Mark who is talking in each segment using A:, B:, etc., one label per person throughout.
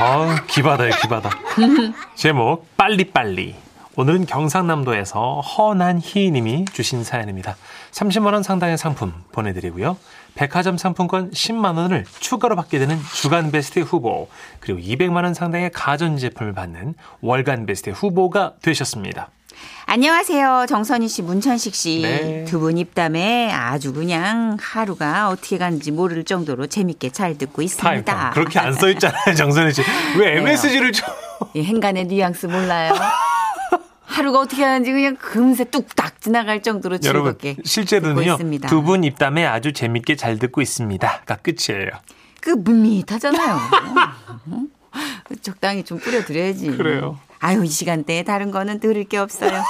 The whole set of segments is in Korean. A: 아, 기바다요, 기바다. 제목 빨리빨리. 오늘은 경상남도에서 허난희님이 주신 사연입니다. 30만 원 상당의 상품 보내드리고요. 백화점 상품권 10만 원을 추가로 받게 되는 주간 베스트 후보 그리고 200만 원 상당의 가전제품을 받는 월간 베스트 후보가 되셨습니다.
B: 안녕하세요. 정선희 씨, 문천식 씨.
A: 네.
B: 두 분 입담에 아주 그냥 하루가 어떻게 가는지 모를 정도로 재밌게 잘 듣고
A: 타임
B: 있습니다.
A: 타임. 그렇게 안 써있잖아요, 정선희 씨. 왜 MSG를 쳐?
B: 예,
C: 이 행간의 뉘앙스 몰라요. 하루가 어떻게 하는지 그냥 금세 뚝딱 지나갈 정도로
A: 여러분
C: 즐겁게 듣고
A: 실제로는요
C: 있습니다.
A: 두 분 입담에 아주 재밌게 잘 듣고 있습니다가 끝이에요.
C: 그 밋밋하잖아요. 응? 적당히 좀 뿌려드려야지.
A: 그래요.
C: 아유 이 시간대에 다른 거는 들을 게 없어요.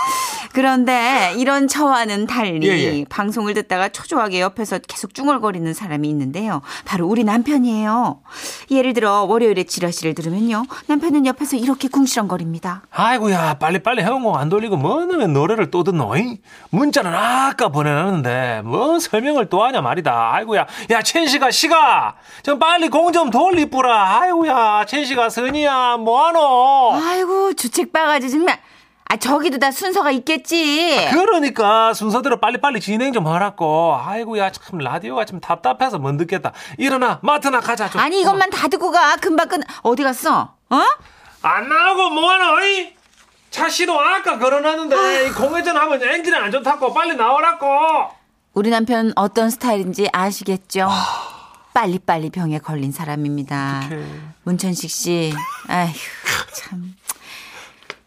C: 그런데 이런 저와는 달리
A: 예, 예.
C: 방송을 듣다가 초조하게 옆에서 계속 중얼거리는 사람이 있는데요. 바로 우리 남편이에요. 예를 들어 월요일에 지라시를 들으면요. 남편은 옆에서 이렇게 궁시렁거립니다.
A: 아이고야 빨리 빨리 해운공 안 돌리고 뭐는 왜 노래를 또 듣노이? 문자는 아까 보내놨는데 뭐 설명을 또 하냐 말이다. 아이고야 야 첸씨가 씨가 좀 빨리 공 좀 돌리뿌라. 아이고야 첸씨가 선이야 뭐하노?
C: 아이고 주책 바가지 정말. 아 저기도 다 순서가 있겠지.
A: 그러니까 순서대로 빨리빨리 진행 좀 하라고. 아이고야 참 라디오가 좀 답답해서 못 듣겠다. 일어나 마트나 가자 좀.
C: 아니 이것만 다 듣고 가 금방 끝 어디 갔어? 어?
A: 안 나오고 뭐하나 이 차씨도 아까 걸어놨는데 이 공회전 하면 엔진이 안 좋다고 빨리 나오라고
C: 우리 남편 어떤 스타일인지 아시겠죠? 빨리빨리 병에 걸린 사람입니다.
A: 어떡해.
C: 문천식 씨, 아휴 참.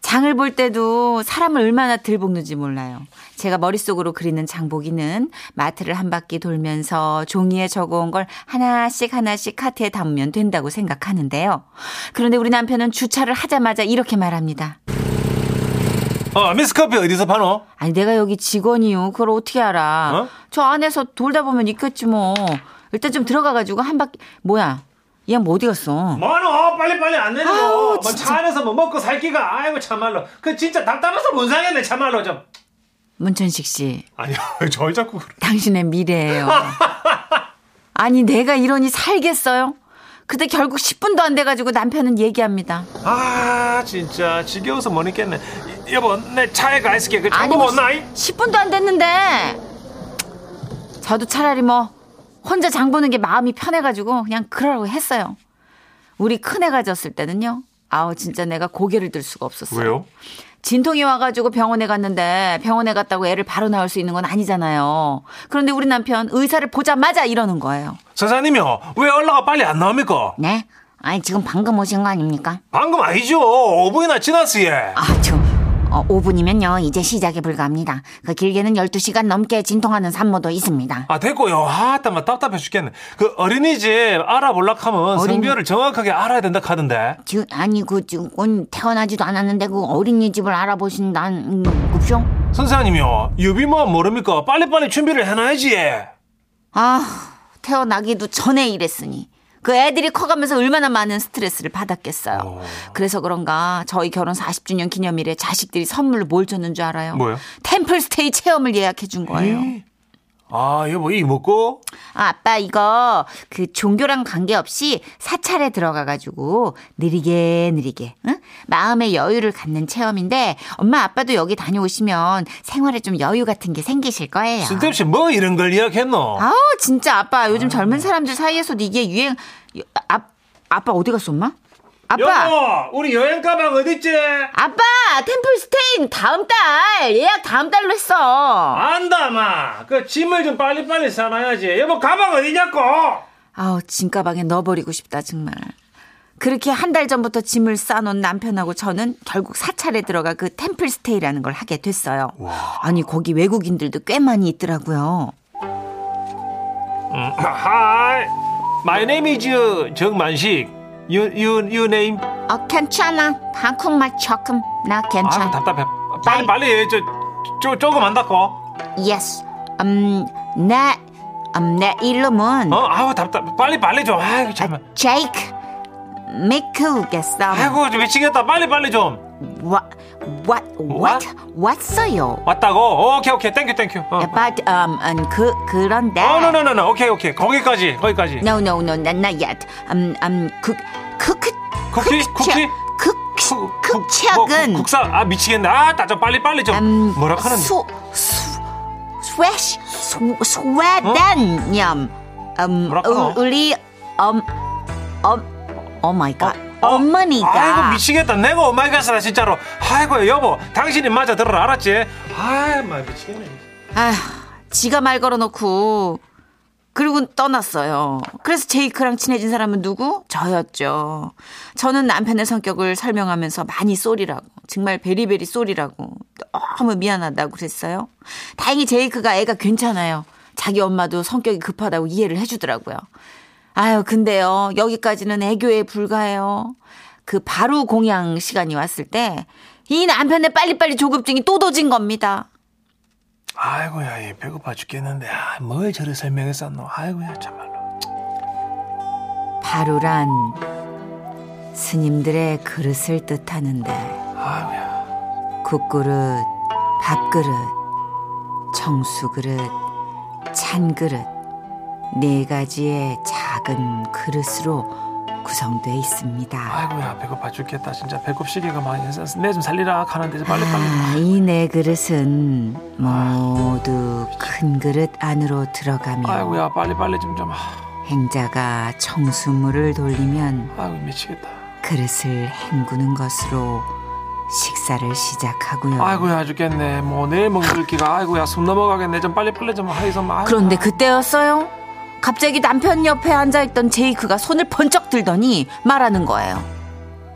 C: 장을 볼 때도 사람을 얼마나 들볶는지 몰라요. 제가 머릿속으로 그리는 장보기는 마트를 한 바퀴 돌면서 종이에 적어온 걸 하나씩 하나씩 카트에 담으면 된다고 생각하는데요. 그런데 우리 남편은 주차를 하자마자 이렇게 말합니다.
A: 어 미스커피 어디서 파노?
C: 아니 내가 여기 직원이요. 그걸 어떻게 알아?
A: 어?
C: 저 안에서 돌다 보면 있겠지 뭐. 일단 좀 들어가가지고 한 바퀴 뭐야? 얘 뭐 어디 갔어?
A: 뭐노 빨리빨리 안
C: 아우,
A: 내리고 뭐
C: 진짜.
A: 차 안에서 뭐 먹고 살 기가 아이고 참말로 그 진짜 답답해서 문상했네 참말로 좀
C: 문천식 씨,
A: 아니 저 자꾸 그래
C: 당신의 미래예요. 아니 내가 이러니 살겠어요? 근데 결국 10분도 안 돼가지고 남편은 얘기합니다.
A: 아 진짜 지겨워서 못 있겠네 이- 여보 내 차에 가 있을게 그
C: 아니
A: 정보
C: 뭐
A: 못 나이?
C: 10분도 안 됐는데 저도 차라리 뭐 혼자 장 보는 게 마음이 편해가지고 그냥 그러라고 했어요. 우리 큰애가 졌을 때는요. 아우 진짜 내가 고개를 들 수가 없었어요. 진통이 와가지고 병원에 갔는데 병원에 갔다고 애를 바로 낳을 수 있는 건 아니잖아요. 그런데 우리 남편 의사를 보자마자 이러는 거예요.
A: 사장님이요 왜 연락가 빨리 안 나옵니까?
C: 네? 아니 지금 방금 오신 거 아닙니까?
A: 방금 아니죠 5분이나 지났어요
C: 아, 저 어, 5분이면요 이제 시작에 불과합니다. 그 길게는 12시간 넘게 진통하는 산모도 있습니다.
A: 아 됐고요. 아따마 답답해 죽겠네. 그 어린이집 알아보려고 하면
C: 어린이-
A: 성별을 정확하게 알아야 된다 카던데.
C: 지, 아니 그 지금 태어나지도 않았는데 그 어린이집을 알아보신다는 급쇼?
A: 선생님이요. 유비만 모릅니까? 빨리빨리 준비를 해놔야지.
C: 아 태어나기도 전에 이랬으니 그 애들이 커가면서 얼마나 많은 스트레스를 받았겠어요. 그래서 그런가 저희 결혼 40주년 기념일에 자식들이 선물로 뭘 줬는 줄 알아요?
A: 뭐요?
C: 템플스테이 체험을 예약해 준 거예요.
A: 아 여보 이 먹고
C: 아, 아빠 이거 그 종교랑 관계없이 사찰에 들어가가지고 느리게 느리게 응? 마음의 여유를 갖는 체험인데 엄마 아빠도 여기 다녀오시면 생활에 좀 여유 같은 게 생기실 거예요.
A: 쓸데없이 뭐 이런 걸 이야기했노?
C: 아우 진짜 아빠 요즘 젊은 사람들 사이에서도 이게 유행 아, 아빠 어디 갔어 엄마? 아빠
A: 여보 우리 여행 가방 어딨지?
C: 아빠 템플스테인 다음 달 예약 다음 달로 했어.
A: 안다 마. 그 짐을 좀 빨리빨리 사놔야지. 여보 가방 어디냐고?
C: 아우 짐가방에 넣어버리고 싶다 정말. 그렇게 한 달 전부터 짐을 싸놓은 남편하고 저는 결국 사찰에 들어가 그 템플스테이라는 걸 하게 됐어요. 아니 거기 외국인들도 꽤 많이 있더라고요.
A: Hi, 음, my name is 정만식. You you you name?
C: 어 괜찮아 한국말 조금 나
A: 아
C: 괜찮아.
A: 답답해. 빨리 빨리 저, 저 조금 안다고.
C: 예스 음내내 이름은
A: 어, 아우 답답. 빨리 빨리 좀. 아이고 참.
C: 제이크 미크겠어.
A: 아이고 좀 미치겠다. 빨리 빨리 좀.
C: 와, 와, 와, 왔어요.
A: 왔다고. 오케이 오케이. 땡큐 땡큐. 어.
C: But um, um, 그 그런데.
A: 어, 노노노노. 오케이 오케이. 거기까지. 거기까지.
C: No, no, no, not, not yet. Um, um, cook, cook,
A: 쿠키 쿠키
B: 극,
A: 쿠- 쿠-
B: 극치약은
A: 뭐, 국산 아 미치겠네 아 따져 빨리 빨리 좀
B: 음,
A: 뭐라 하는
B: 수, 수, 스웨시, 수, 스웨덴염. 음,
A: 뭐라고?
B: 우- 우리, 엄, 엄, 오 마이 갓.
A: 어,
B: 어머니가.
A: 아이고 미치겠다 내가 오마이갓이다 진짜로 아이고 여보 당신이 맞아 들어라 알았지 아이 마 미치겠네
C: 아휴, 지가 말 걸어놓고 그리고 떠났어요. 그래서 제이크랑 친해진 사람은 누구? 저였죠. 저는 남편의 성격을 설명하면서 많이 쏘리라고 정말 베리베리 쏘리라고 너무 미안하다고 그랬어요. 다행히 제이크가 애가 괜찮아요. 자기 엄마도 성격이 급하다고 이해를 해주더라고요. 아유, 근데요. 여기까지는 애교에 불과해요. 그 바로 공양 시간이 왔을 때 이 남편의 빨리빨리 조급증이 또 도진 겁니다.
A: 아이고야 얘 배고파 죽겠는데 아, 뭘 저를 설명했었노 아이고야 참말로
C: 바루란 스님들의 그릇을 뜻하는데
A: 아이고야
C: 국그릇, 밥그릇, 청수그릇, 찬그릇 네 가지의 작은 그릇으로 구성돼 있습니다.
A: 아이고야 배고파 죽겠다 진짜 배꼽 시계가 많이 했었어 내 좀 살리라 하는데 빨리
B: 음.
A: 빨리
C: 아, 이 네 그릇은 모두 큰 그릇 안으로 들어가며
A: 아이고야 빨리 빨리 좀좀 아,
C: 행자가 청수물을 돌리면
A: 아이고 미치겠다
C: 그릇을 헹구는 것으로 식사를 시작하고요.
A: 아이고야 죽겠네 뭐 내일 먹을 기가 아이고야 숨 넘어가겠네 좀 빨리 빨리 좀 하이소 마
C: 그런데 그때였어요. 갑자기 남편 옆에 앉아있던 제이크가 손을 번쩍 들더니 말하는 거예요.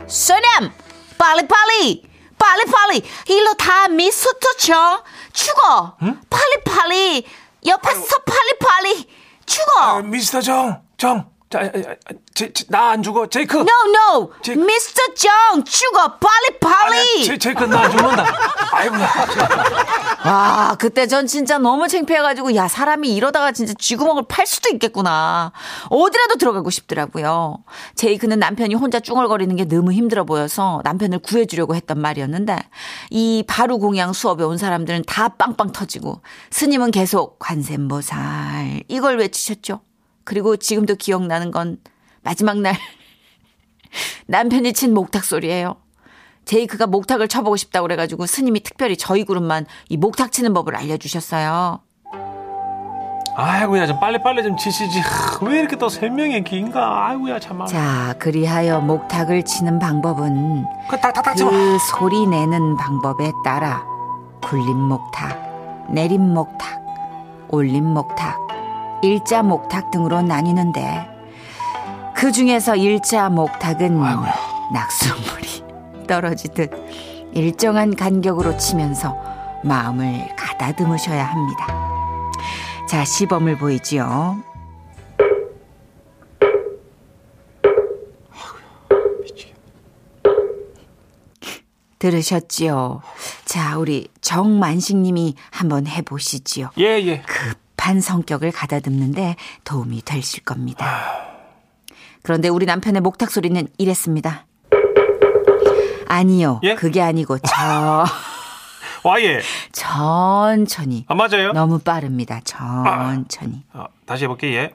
C: 소남 빨리빨리! 빨리빨리! 일로 다 미스터 쳐! 죽어! 빨리빨리! 옆에서 빨리빨리!
A: 아,
C: 죽어!
A: 미스터 정, 정, 자, 아, 나안 죽어, 제이크.
C: No, no!
A: 제-
C: 미스터 정! 죽어! 빨리빨리!
A: 아니야, 제, 제이크 나 안 죽는다. 아이고야.
C: 와, 아, 그때 전 진짜 너무 창피해가지고, 야, 사람이 이러다가 진짜 쥐구멍을 팔 수도 있겠구나. 어디라도 들어가고 싶더라고요. 제이크는 남편이 혼자 쭈얼거리는 게 너무 힘들어 보여서 남편을 구해주려고 했던 말이었는데, 이 바로 공양 수업에 온 사람들은 다 빵빵 터지고, 스님은 계속 관세음보살, 이걸 외치셨죠. 그리고 지금도 기억나는 건 마지막 날 남편이 친 목탁 소리예요. 제이크가 목탁을 쳐보고 싶다고 그래가지고 스님이 특별히 저희 그룹만 이 목탁 치는 법을 알려주셨어요.
A: 아이고야, 좀 빨리 빨리 좀 치시지. 하, 왜 이렇게 또 설명이 긴가? 아이고야, 참말.
C: 자, 그리하여 목탁을 치는 방법은
A: 그딱딱딱 치마.
C: 그 소리 내는 방법에 따라 굴림 목탁, 내림 목탁, 올림 목탁, 일자 목탁 등으로 나뉘는데 그 중에서 일자 목탁은 낙수물이 떨어지듯 일정한 간격으로 치면서 마음을 가다듬으셔야 합니다. 자, 시범을 보이지요. 들으셨지요? 자, 우리 정만식님이 한번 해보시지요.
A: 예, 예.
C: 급한 성격을 가다듬는데 도움이 되실 겁니다. 그런데 우리 남편의 목탁 소리는 이랬습니다. 아니요,
A: 예?
C: 그게 아니고 저
A: 와, 예.
C: 천천히
A: 안 맞아요?
C: 너무 빠릅니다. 천천히
A: 어, 다시 해볼게, 예.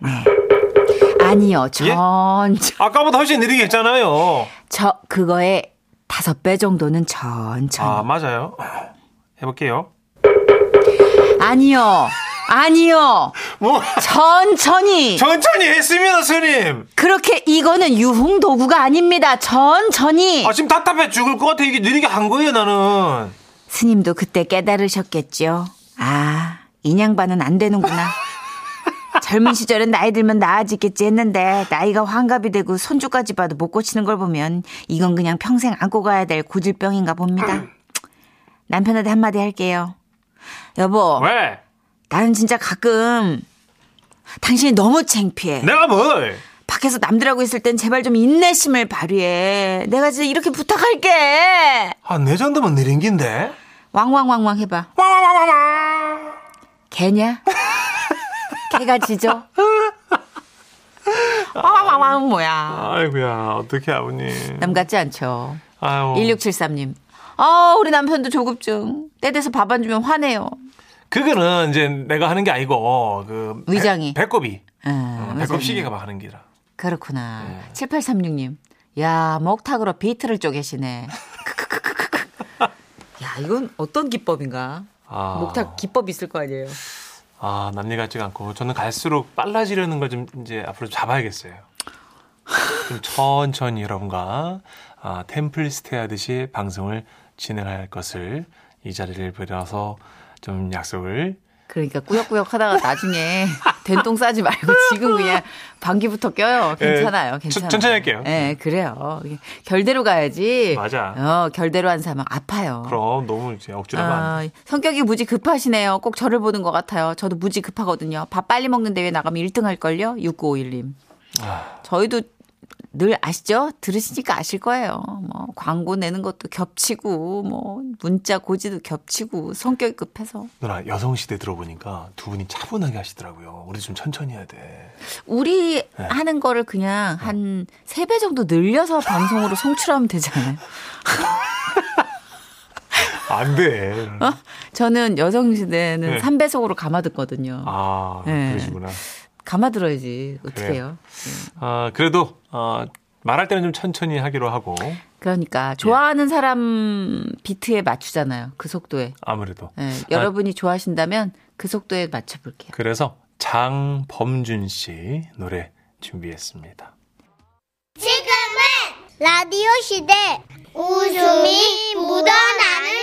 C: 아니요,
A: 예?
C: 천천
A: 아까보다 훨씬 느리게 했잖아요.
C: 저 그거의 다섯 배 정도는 천천히
A: 아, 맞아요. 해볼게요.
C: 아니요, 아니요,
A: 뭐,
C: 천천히
A: 천천히 했습니다, 스님.
C: 그렇게 이거는 유흥 도구가 아닙니다. 천천히
A: 아, 지금 답답해 죽을 것 같아. 이게 느리게 한 거예요, 나는.
C: 스님도 그때 깨달으셨겠지요. 아, 인양반은 안 되는구나. 젊은 시절엔 나이 들면 나아지겠지 했는데 나이가 환갑이 되고 손주까지 봐도 못 고치는 걸 보면 이건 그냥 평생 안고 가야 될 고질병인가 봅니다. 남편한테 한마디 할게요. 여보,
A: 왜?
C: 나는 진짜 가끔 당신이 너무 창피해.
A: 내가 뭘?
C: 밖에서 남들하고 있을 땐 제발 좀 인내심을 발휘해. 내가 진짜 이렇게 부탁할게.
A: 아, 내 정도면 느린 긴데?
C: 왕왕왕왕 해봐.
A: 와와와와.
C: 개냐? 개가 지죠? 와와와왕 뭐야.
A: 아이고야 어떻게 아버님.
C: 남 같지 않죠.
A: 아유.
C: 1673님. 아, 우리 남편도 조급증. 때 돼서 밥 안 주면 화내요.
A: 그거는 이제 내가 하는 게 아니고 그 배-
C: 위장이.
A: 배꼽이
C: 아,
A: 배꼽 시계가 막 하는 기라.
C: 그렇구나. 7836님. 야, 먹탁으로 비트를 쪼개시네. 야, 이건 어떤 기법인가?
A: 아.
C: 목탁 기법이 있을 거 아니에요.
A: 아, 남일 같지가 않고 저는 갈수록 빨라지려는 걸 좀 이제 앞으로 좀 잡아야겠어요. 좀 천천히 여러분과 아, 템플 스테 하듯이 방송을 진행할 것을 이 자리를 빌어서 좀 약속을
C: 그러니까 꾸역꾸역 하다가 나중에 된통 싸지 말고 지금 그냥 방귀부터 껴요. 괜찮아요.
A: 예, 천-
C: 괜찮아요.
A: 천천히 할게요.
C: 예, 그래요. 이게 결대로 가야지.
A: 맞아.
C: 어, 결대로 한 사람 아파요.
A: 그럼 너무 이제 억지로 하면 안 돼.
C: 아, 성격이 무지 급하시네요. 꼭 저를 보는 것 같아요. 저도 무지 급하거든요. 밥 빨리 먹는 대회 나가면 1등 할걸요? 6951님.
A: 아.
C: 저희도 늘 아시죠? 들으시니까 아실 거예요. 뭐, 광고 내는 것도 겹치고, 뭐, 문자 고지도 겹치고, 성격이 급해서.
A: 누나 여성 시대 들어보니까 두 분이 차분하게 하시더라고요. 우리 좀 천천히 해야 돼.
C: 우리
A: 네.
C: 하는 거를 그냥 한 3배 정도 늘려서 방송으로 송출하면 되잖아요.
A: 안 돼.
C: 어? 저는 여성시대는
A: 네.
C: 3배속으로 감아듣거든요.
A: 아
C: 예.
A: 그러시구나.
C: 감아들어야지. 어떡해요.
A: 그래요. 아 그래도 어, 말할 때는 좀 천천히 하기로 하고 예.
C: 그러니까 좋아하는 사람 비트에 맞추잖아요. 그 속도에.
A: 아무래도
C: 예,
A: 아,
C: 여러분이 좋아하신다면 그 속도에 맞춰볼게요.
A: 그래서 장범준 씨 노래 준비했습니다.
D: 지금은 라디오 시대 웃음이 묻어나는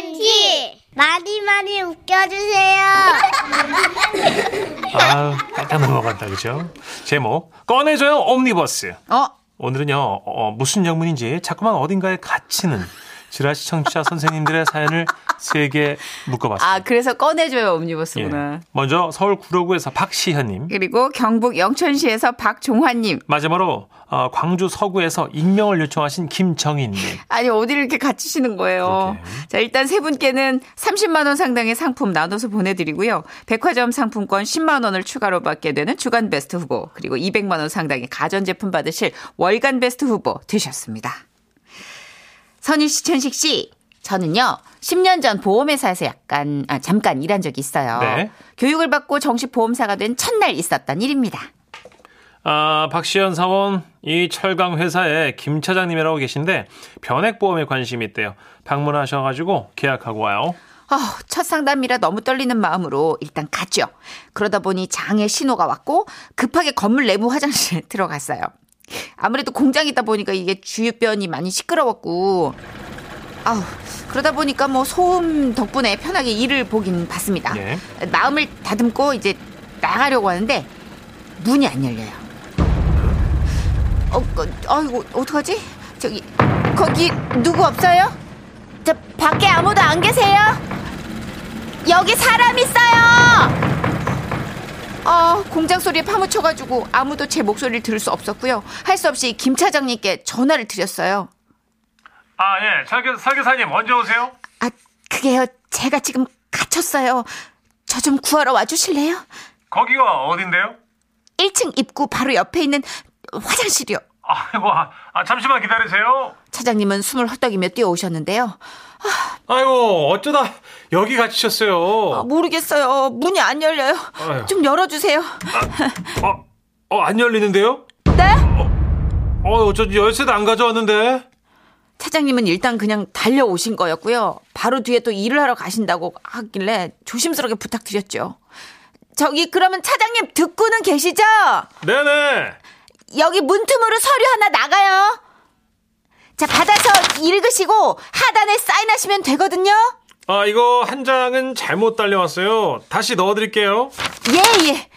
D: 편지 많이 많이 웃겨주세요
A: 아, 깜짝 넘어간다 그죠? 제목 꺼내줘요 옴니버스.
C: 어,
A: 오늘은요 어, 무슨 영문인지 자꾸만 어딘가에 갇히는 지라시 청취자 선생님들의 사연을 세 개 묶어봤습니다.
C: 아 그래서 꺼내줘요
A: 예.
C: 옴니버스구나.
A: 먼저 서울 구로구에서 박시현님,
C: 그리고 경북 영천시에서 박종환님.
A: 마지막으로 어, 광주 서구에서 익명을 요청하신 김정인님.
C: 아니 어디를 이렇게 갇히시는 거예요.
A: 그러게.
C: 자 일단 세 분께는 30만 원 상당의 상품 나눠서 보내드리고요. 백화점 상품권 10만 원을 추가로 받게 되는 주간 베스트 후보 그리고 200만 원 상당의 가전제품 받으실 월간 베스트 후보 되셨습니다. 선희 씨, 천식 씨. 저는요, 10년 전 보험회사에서 약간, 아, 잠깐 일한 적이 있어요.
A: 네.
C: 교육을 받고 정식 보험사가 된 첫날 있었던 일입니다.
A: 아, 박시현 사원, 이 철강 회사에 김 차장님이라고 계신데 변액보험에 관심이 있대요. 방문하셔가지고 계약하고 와요.
C: 아, 첫 상담이라 너무 떨리는 마음으로 일단 갔죠. 그러다 보니 장애 신호가 왔고 급하게 건물 내부 화장실에 들어갔어요. 아무래도 공장이다 보니까 이게 주변이 많이 시끄러웠고 아우 그러다 보니까 뭐 소음 덕분에 편하게 일을 보긴 봤습니다.
A: 예.
C: 마음을 다듬고 이제 나가려고 하는데 문이 안 열려요. 어, 그, 아이고 어떡하지? 저기 거기 누구 없어요? 저 밖에 아무도 안 계세요? 여기 사람 있어요. 아 공장 소리에 파묻혀가지고 아무도 제 목소리를 들을 수 없었고요. 할 수 없이 김 차장님께 전화를 드렸어요.
A: 아, 예. 설계, 설계사님, 언제 오세요?
C: 아 그게요. 제가 지금 갇혔어요. 저 좀 구하러 와주실래요?
A: 거기가 어딘데요?
C: 1층 입구 바로 옆에 있는 화장실이요.
A: 아이고, 아, 잠시만 기다리세요.
C: 차장님은 숨을 헛덕이며 뛰어오셨는데요.
A: 아이고, 어쩌다 여기 갇히셨어요.
C: 아, 모르겠어요. 문이 안 열려요.
A: 아유.
C: 좀 열어주세요.
A: 어, 어, 안 열리는데요?
C: 네?
A: 어, 어쩐지 열쇠도 안 가져왔는데.
C: 차장님은 일단 그냥 달려오신 거였고요. 바로 뒤에 또 일을 하러 가신다고 하길래 조심스럽게 부탁드렸죠. 저기 그러면 차장님 듣고는 계시죠?
A: 네네.
C: 여기 문틈으로 서류 하나 나가요. 자 받아서 읽으시고 하단에 사인하시면 되거든요.
A: 아, 이거 한 장은 잘못 달려왔어요. 다시 넣어드릴게요.
C: 예, 예.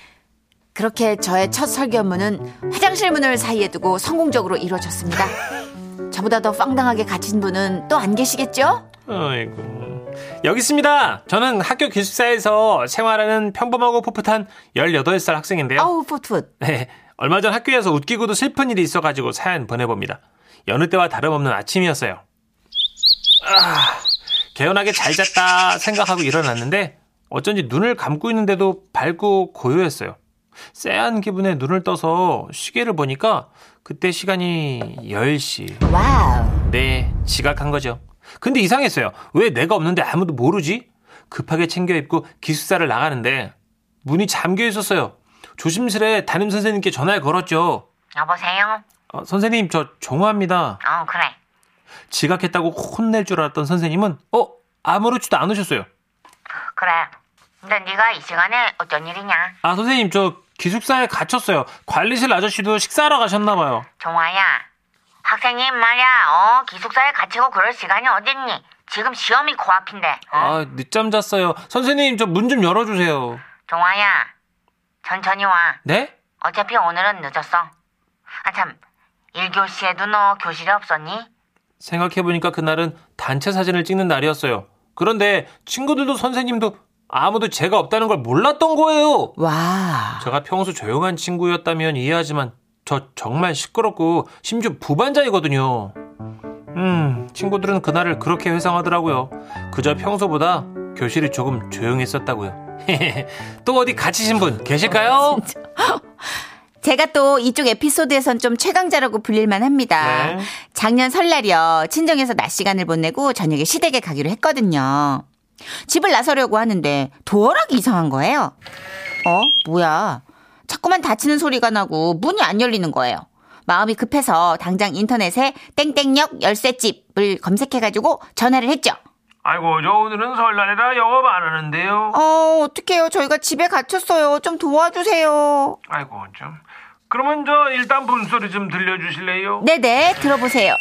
C: 그렇게 저의 첫 설계 업무는 화장실 문을 사이에 두고 성공적으로 이루어졌습니다. 저보다 더 빵당하게 갇힌 분은 또 안 계시겠죠?
A: 아이고. 여기 있습니다. 저는 학교 기숙사에서 생활하는 평범하고 풋풋한 18살 학생인데요.
C: 아우, 포트풋.
A: 네, 얼마 전 학교에서 웃기고도 슬픈 일이 있어가지고 사연 보내봅니다. 여느 때와 다름없는 아침이었어요. 아, 개운하게 잘 잤다 생각하고 일어났는데 어쩐지 눈을 감고 있는데도 밝고 고요했어요. 쎄한 기분에 눈을 떠서 시계를 보니까 그때 시간이 10시.
C: 와우.
A: 네, 지각한 거죠. 근데 이상했어요. 왜 내가 없는데 아무도 모르지? 급하게 챙겨 입고 기숙사를 나가는데 문이 잠겨 있었어요. 조심스레 담임 선생님께 전화를 걸었죠.
E: 여보세요?
A: 어, 선생님, 저 종화입니다.
E: 어, 그래.
A: 지각했다고 혼낼 줄 알았던 선생님은 어 아무렇지도 않으셨어요.
E: 그래. 근데 네가 이 시간에 어쩐 일이냐?
A: 아 선생님 저 기숙사에 갇혔어요. 관리실 아저씨도 식사하러 가셨나봐요.
E: 종아야. 학생이 말이야. 어, 기숙사에 갇히고 그럴 시간이 어딨니? 지금 시험이 코앞인데.
A: 아 늦잠 잤어요. 선생님 저 문 좀 열어주세요.
E: 종아야. 천천히 와.
A: 네?
E: 어차피 오늘은 늦었어. 아, 참. 1교시에도 너 교실에 없었니?
A: 생각해보니까 그날은 단체 사진을 찍는 날이었어요. 그런데 친구들도 선생님도 아무도 제가 없다는 걸 몰랐던 거예요.
C: 와.
A: 제가 평소 조용한 친구였다면 이해하지만 저 정말 시끄럽고 심지어 부반자이거든요. 음, 친구들은 그날을 그렇게 회상하더라고요. 그저 평소보다 교실이 조금 조용했었다고요. 또 어디 갇히신 분 계실까요?
C: 제가 또 이쪽 에피소드에선 좀 최강자라고 불릴만 합니다.
A: 네.
C: 작년 설날이요. 친정에서 낮 시간을 보내고 저녁에 시댁에 가기로 했거든요. 집을 나서려고 하는데 도어락이 이상한 거예요. 어? 뭐야? 자꾸만 닫히는 소리가 나고 문이 안 열리는 거예요. 마음이 급해서 당장 인터넷에 땡땡역 열쇠집을 검색해가지고 전화를 했죠.
A: 아이고, 저 오늘은 설날이라 영업 안 하는데요.
C: 어, 어떡해요. 저희가 집에 갇혔어요. 좀 도와주세요.
A: 아이고, 좀. 그러면 저 일단 분소리 좀 들려주실래요?
C: 네네, 들어보세요.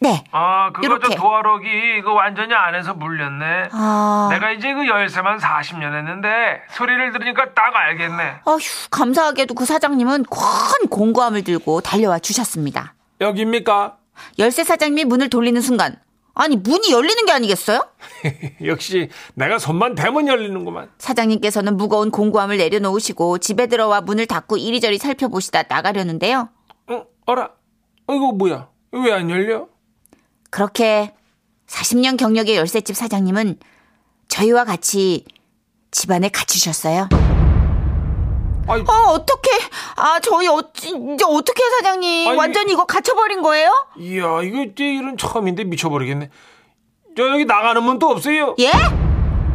C: 네.
A: 아, 그거 저
C: 요렇게.
A: 도화록이 이거 완전히 안에서 물렸네.
C: 아.
A: 내가 이제 그 열쇠만 40년 했는데 소리를 들으니까 딱 알겠네.
C: 아휴, 감사하게도 그 사장님은 큰 공구함을 들고 달려와 주셨습니다.
A: 여기입니까?
C: 열쇠 사장님이 문을 돌리는 순간, 아니, 문이 열리는 게 아니겠어요?
A: 역시 내가 손만 대면 열리는구만.
C: 사장님께서는 무거운 공구함을 내려놓으시고 집에 들어와 문을 닫고 이리저리 살펴보시다 나가려는데요.
A: 응, 어라. 이거 뭐야? 왜 안 열려?
C: 그렇게 40년 경력의 열쇠집 사장님은 저희와 같이 집안에 갇히셨어요.
A: 아이,
C: 어, 어떻게? 아, 저희 어찌 이제 어떻게 해요, 사장님?
A: 아니,
C: 완전히 이거 갇혀버린 거예요?
A: 이야, 이거 이제 이런 처음인데 미쳐버리겠네. 저 여기 나가는 문 또 없어요?
C: 예?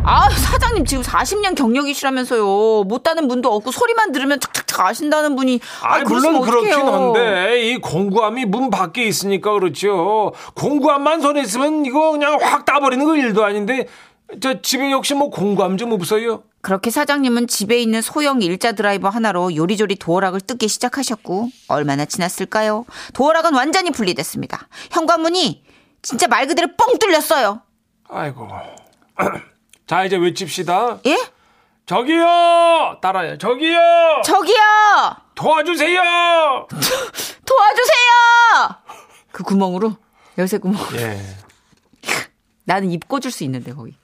C: 아, 사장님 지금 40년 경력이시라면서요. 못 다는 분도 없고 소리만 들으면 착착착 아신다는 분이
A: 아,
C: 아이,
A: 물론
C: 그러시면
A: 그렇긴
C: 어떡해요.
A: 한데 이 공구함이 문 밖에 있으니까 그렇죠. 공구함만 손에 있으면 이거 그냥 확 따버리는 거 일도 아닌데 저 집에 역시 뭐 공구함 좀 없어요?
C: 그렇게 사장님은 집에 있는 소형 일자 드라이버 하나로 요리조리 도어락을 뜯기 시작하셨고 얼마나 지났을까요? 도어락은 완전히 분리됐습니다. 현관문이 진짜 말 그대로 뻥 뚫렸어요.
A: 아이고. 자 이제 외칩시다.
C: 예?
A: 저기요. 따라요. 저기요.
C: 저기요!
A: 도와주세요.
C: 도와주세요! 그 구멍으로 열쇠 구멍.
A: 예.
C: 나는 입 꽂을 수 있는데 거기.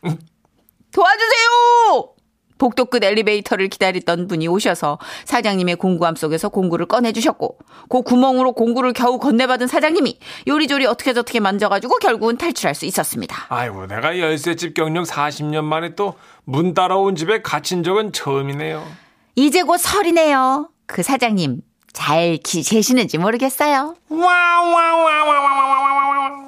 C: 도와주세요! 복도 끝 엘리베이터를 기다리던 분이 오셔서 사장님의 공구함 속에서 공구를 꺼내주셨고 그 구멍으로 공구를 겨우 건네받은 사장님이 요리조리 어떻게 저떻게 만져가지고 결국은 탈출할 수 있었습니다.
A: 아이고 내가 열쇠집 경력 40년 만에 또 문 따라온 집에 갇힌 적은 처음이네요.
C: 이제 곧 설이네요. 그 사장님 잘 기- 계시는지 모르겠어요.
A: 와와와와와와와와.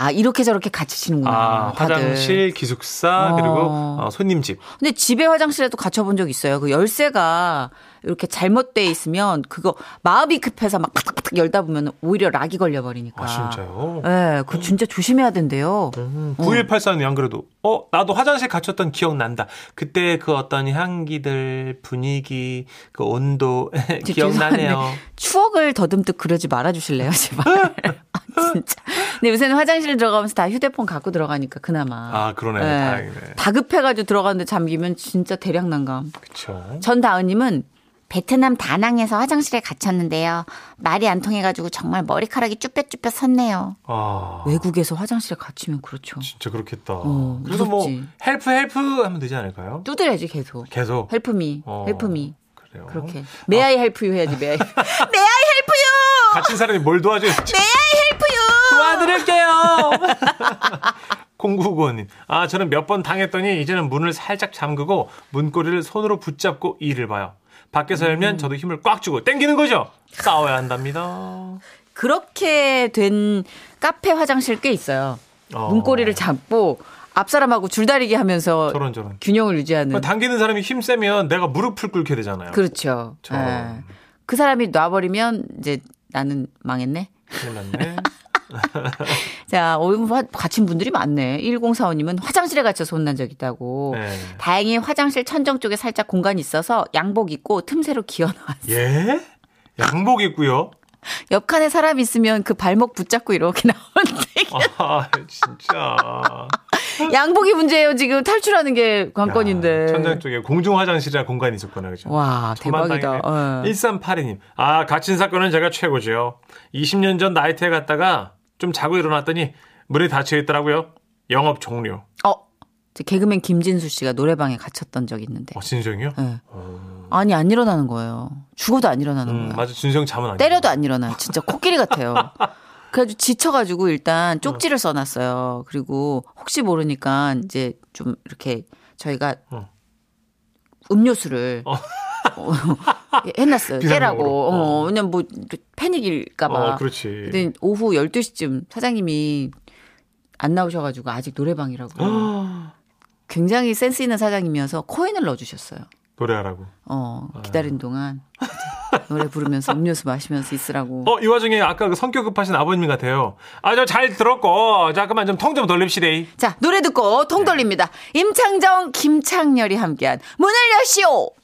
C: 아 이렇게 저렇게 갇히시는구나.
A: 아,
C: 다들.
A: 화장실, 기숙사,
C: 어.
A: 그리고 어, 손님집.
C: 근데 집에 화장실에도 갇혀본 적 있어요. 그 열쇠가 이렇게 잘못돼 있으면 그거 마음이 급해서 막 팍팍팍 열다 보면 오히려 락이
A: 아,
C: 걸려버리니까. 예, 그거 진짜 조심해야 된대요.
A: 9184는 음, 안 그래도, 어, 나도 화장실 갇혔던 기억난다. 그때 그 어떤 향기들, 분위기, 그 온도, 기억나네요.
C: 죄송한데 추억을 더듬듯 그러지 말아주실래요, 제발.
A: 네.
C: 아, 진짜. 근데 요새는 화장실 들어가면서 다 휴대폰 갖고 들어가니까 그나마.
A: 아, 그러네.
C: 예.
A: 다행이네.
C: 다급해가지고 들어가는데 잠기면 진짜 대량 난감.
A: 그쵸.
C: 전다은님은 베트남 다낭에서 화장실에 갇혔는데요. 말이 안 통해가지고 정말 머리카락이 쭈뼛쭈뼛 섰네요.
A: 아,
C: 외국에서 화장실에 갇히면 그렇죠.
A: 진짜 그렇겠다.
C: 그- 어,
A: 그래서 뭐,
C: 무섭지.
A: 헬프, 헬프 하면 되지 않을까요?
C: 두드려야지 계속.
A: 계속.
C: 헬프미,
A: 어,
C: 헬프미.
A: 그래요.
C: 그렇게. May I help you 해야지, May I. 어? May I help you!
A: 갇힌 사람이 뭘 도와줘요?
C: May I help you!
A: 도와드릴게요. 공구구원님, 아 저는 몇 번 당했더니 이제는 문을 살짝 잠그고 문고리를 손으로 붙잡고 일을 봐요. 밖에서 열면 저도 힘을 꽉 주고 땡기는 거죠. 싸워야 한답니다.
C: 그렇게 된 카페 화장실 꽤 있어요.
A: 어.
C: 문고리를 잡고 앞사람하고 줄다리기 하면서
A: 저런 뭐 저런.
C: 균형을
A: 네.
C: 유지하는.
A: 당기는 사람이 힘그 세면 내가 무릎을 꿇게 되잖아요.
C: 그렇죠.
A: 저-
C: 예. 그 사람이 놔버리면 이제 나는 망했네.
A: 큰일 났네.
C: 자, 오늘 화- 갇힌 분들이 많네. 1045님은 화장실에 갇혀서 혼난 적 있다고.
A: 네.
C: 다행히 화장실 천정 쪽에 살짝 공간이 있어서 양복 입고 틈새로 기어 나왔어.
A: 예? 양복 입고요.
C: 옆칸에 사람이 있으면 그 발목 붙잡고 이렇게 나오는데.
A: 아, 진짜.
C: 양복이 문제예요, 지금. 탈출하는 게 관건인데.
A: 야, 천장 쪽에 공중 화장실이라 공간이 있었구나, 그죠?
C: 와,
A: 천만
C: 대박이다.
A: 다행이네.
C: 예.
A: 1382님. 아, 갇힌 사건은 제가 최고죠. 20년 전 나이트에 갔다가 좀 자고 일어났더니 문이 닫혀 있더라고요. 영업 종료.
C: 어, 저 개그맨 김진수 씨가 노래방에 갇혔던 적이 있는데.
A: 어, 진성이요?
C: 예. 아니, 안 일어나는 거예요. 죽어도 안 일어나는
A: 음,
C: 거예요.
A: 맞아. 진성 잠은 안
C: 때려도 안 일어나요. 진짜 코끼리 같아요. 그래가지고 지쳐가지고 일단 쪽지를 써놨어요. 그리고 혹시 모르니까 이제 좀 이렇게 저희가
A: 어.
C: 음료수를 어, 해놨어요.
A: 비상용으로.
C: 깨라고. 어,
A: 어.
C: 왜냐면 뭐 패닉일까봐.
A: 어, 그렇지.
C: 근데 오후 12시쯤 사장님이 안 나오셔가지고 아직 노래방이라고. 굉장히 센스 있는 사장님이어서 코인을 넣어주셨어요.
A: 노래하라고.
C: 어, 기다린 동안 이제 노래 부르면서 음료수 마시면서 있으라고.
A: 어, 이 와중에 아까 그 성격 급하신 아버님 같아요. 아, 저 잘 들었고. 자, 그만 좀 통 좀 돌립시다.
C: 자, 노래 듣고 통 돌립니다. 임창정, 김창렬이 함께한 문을 여시오!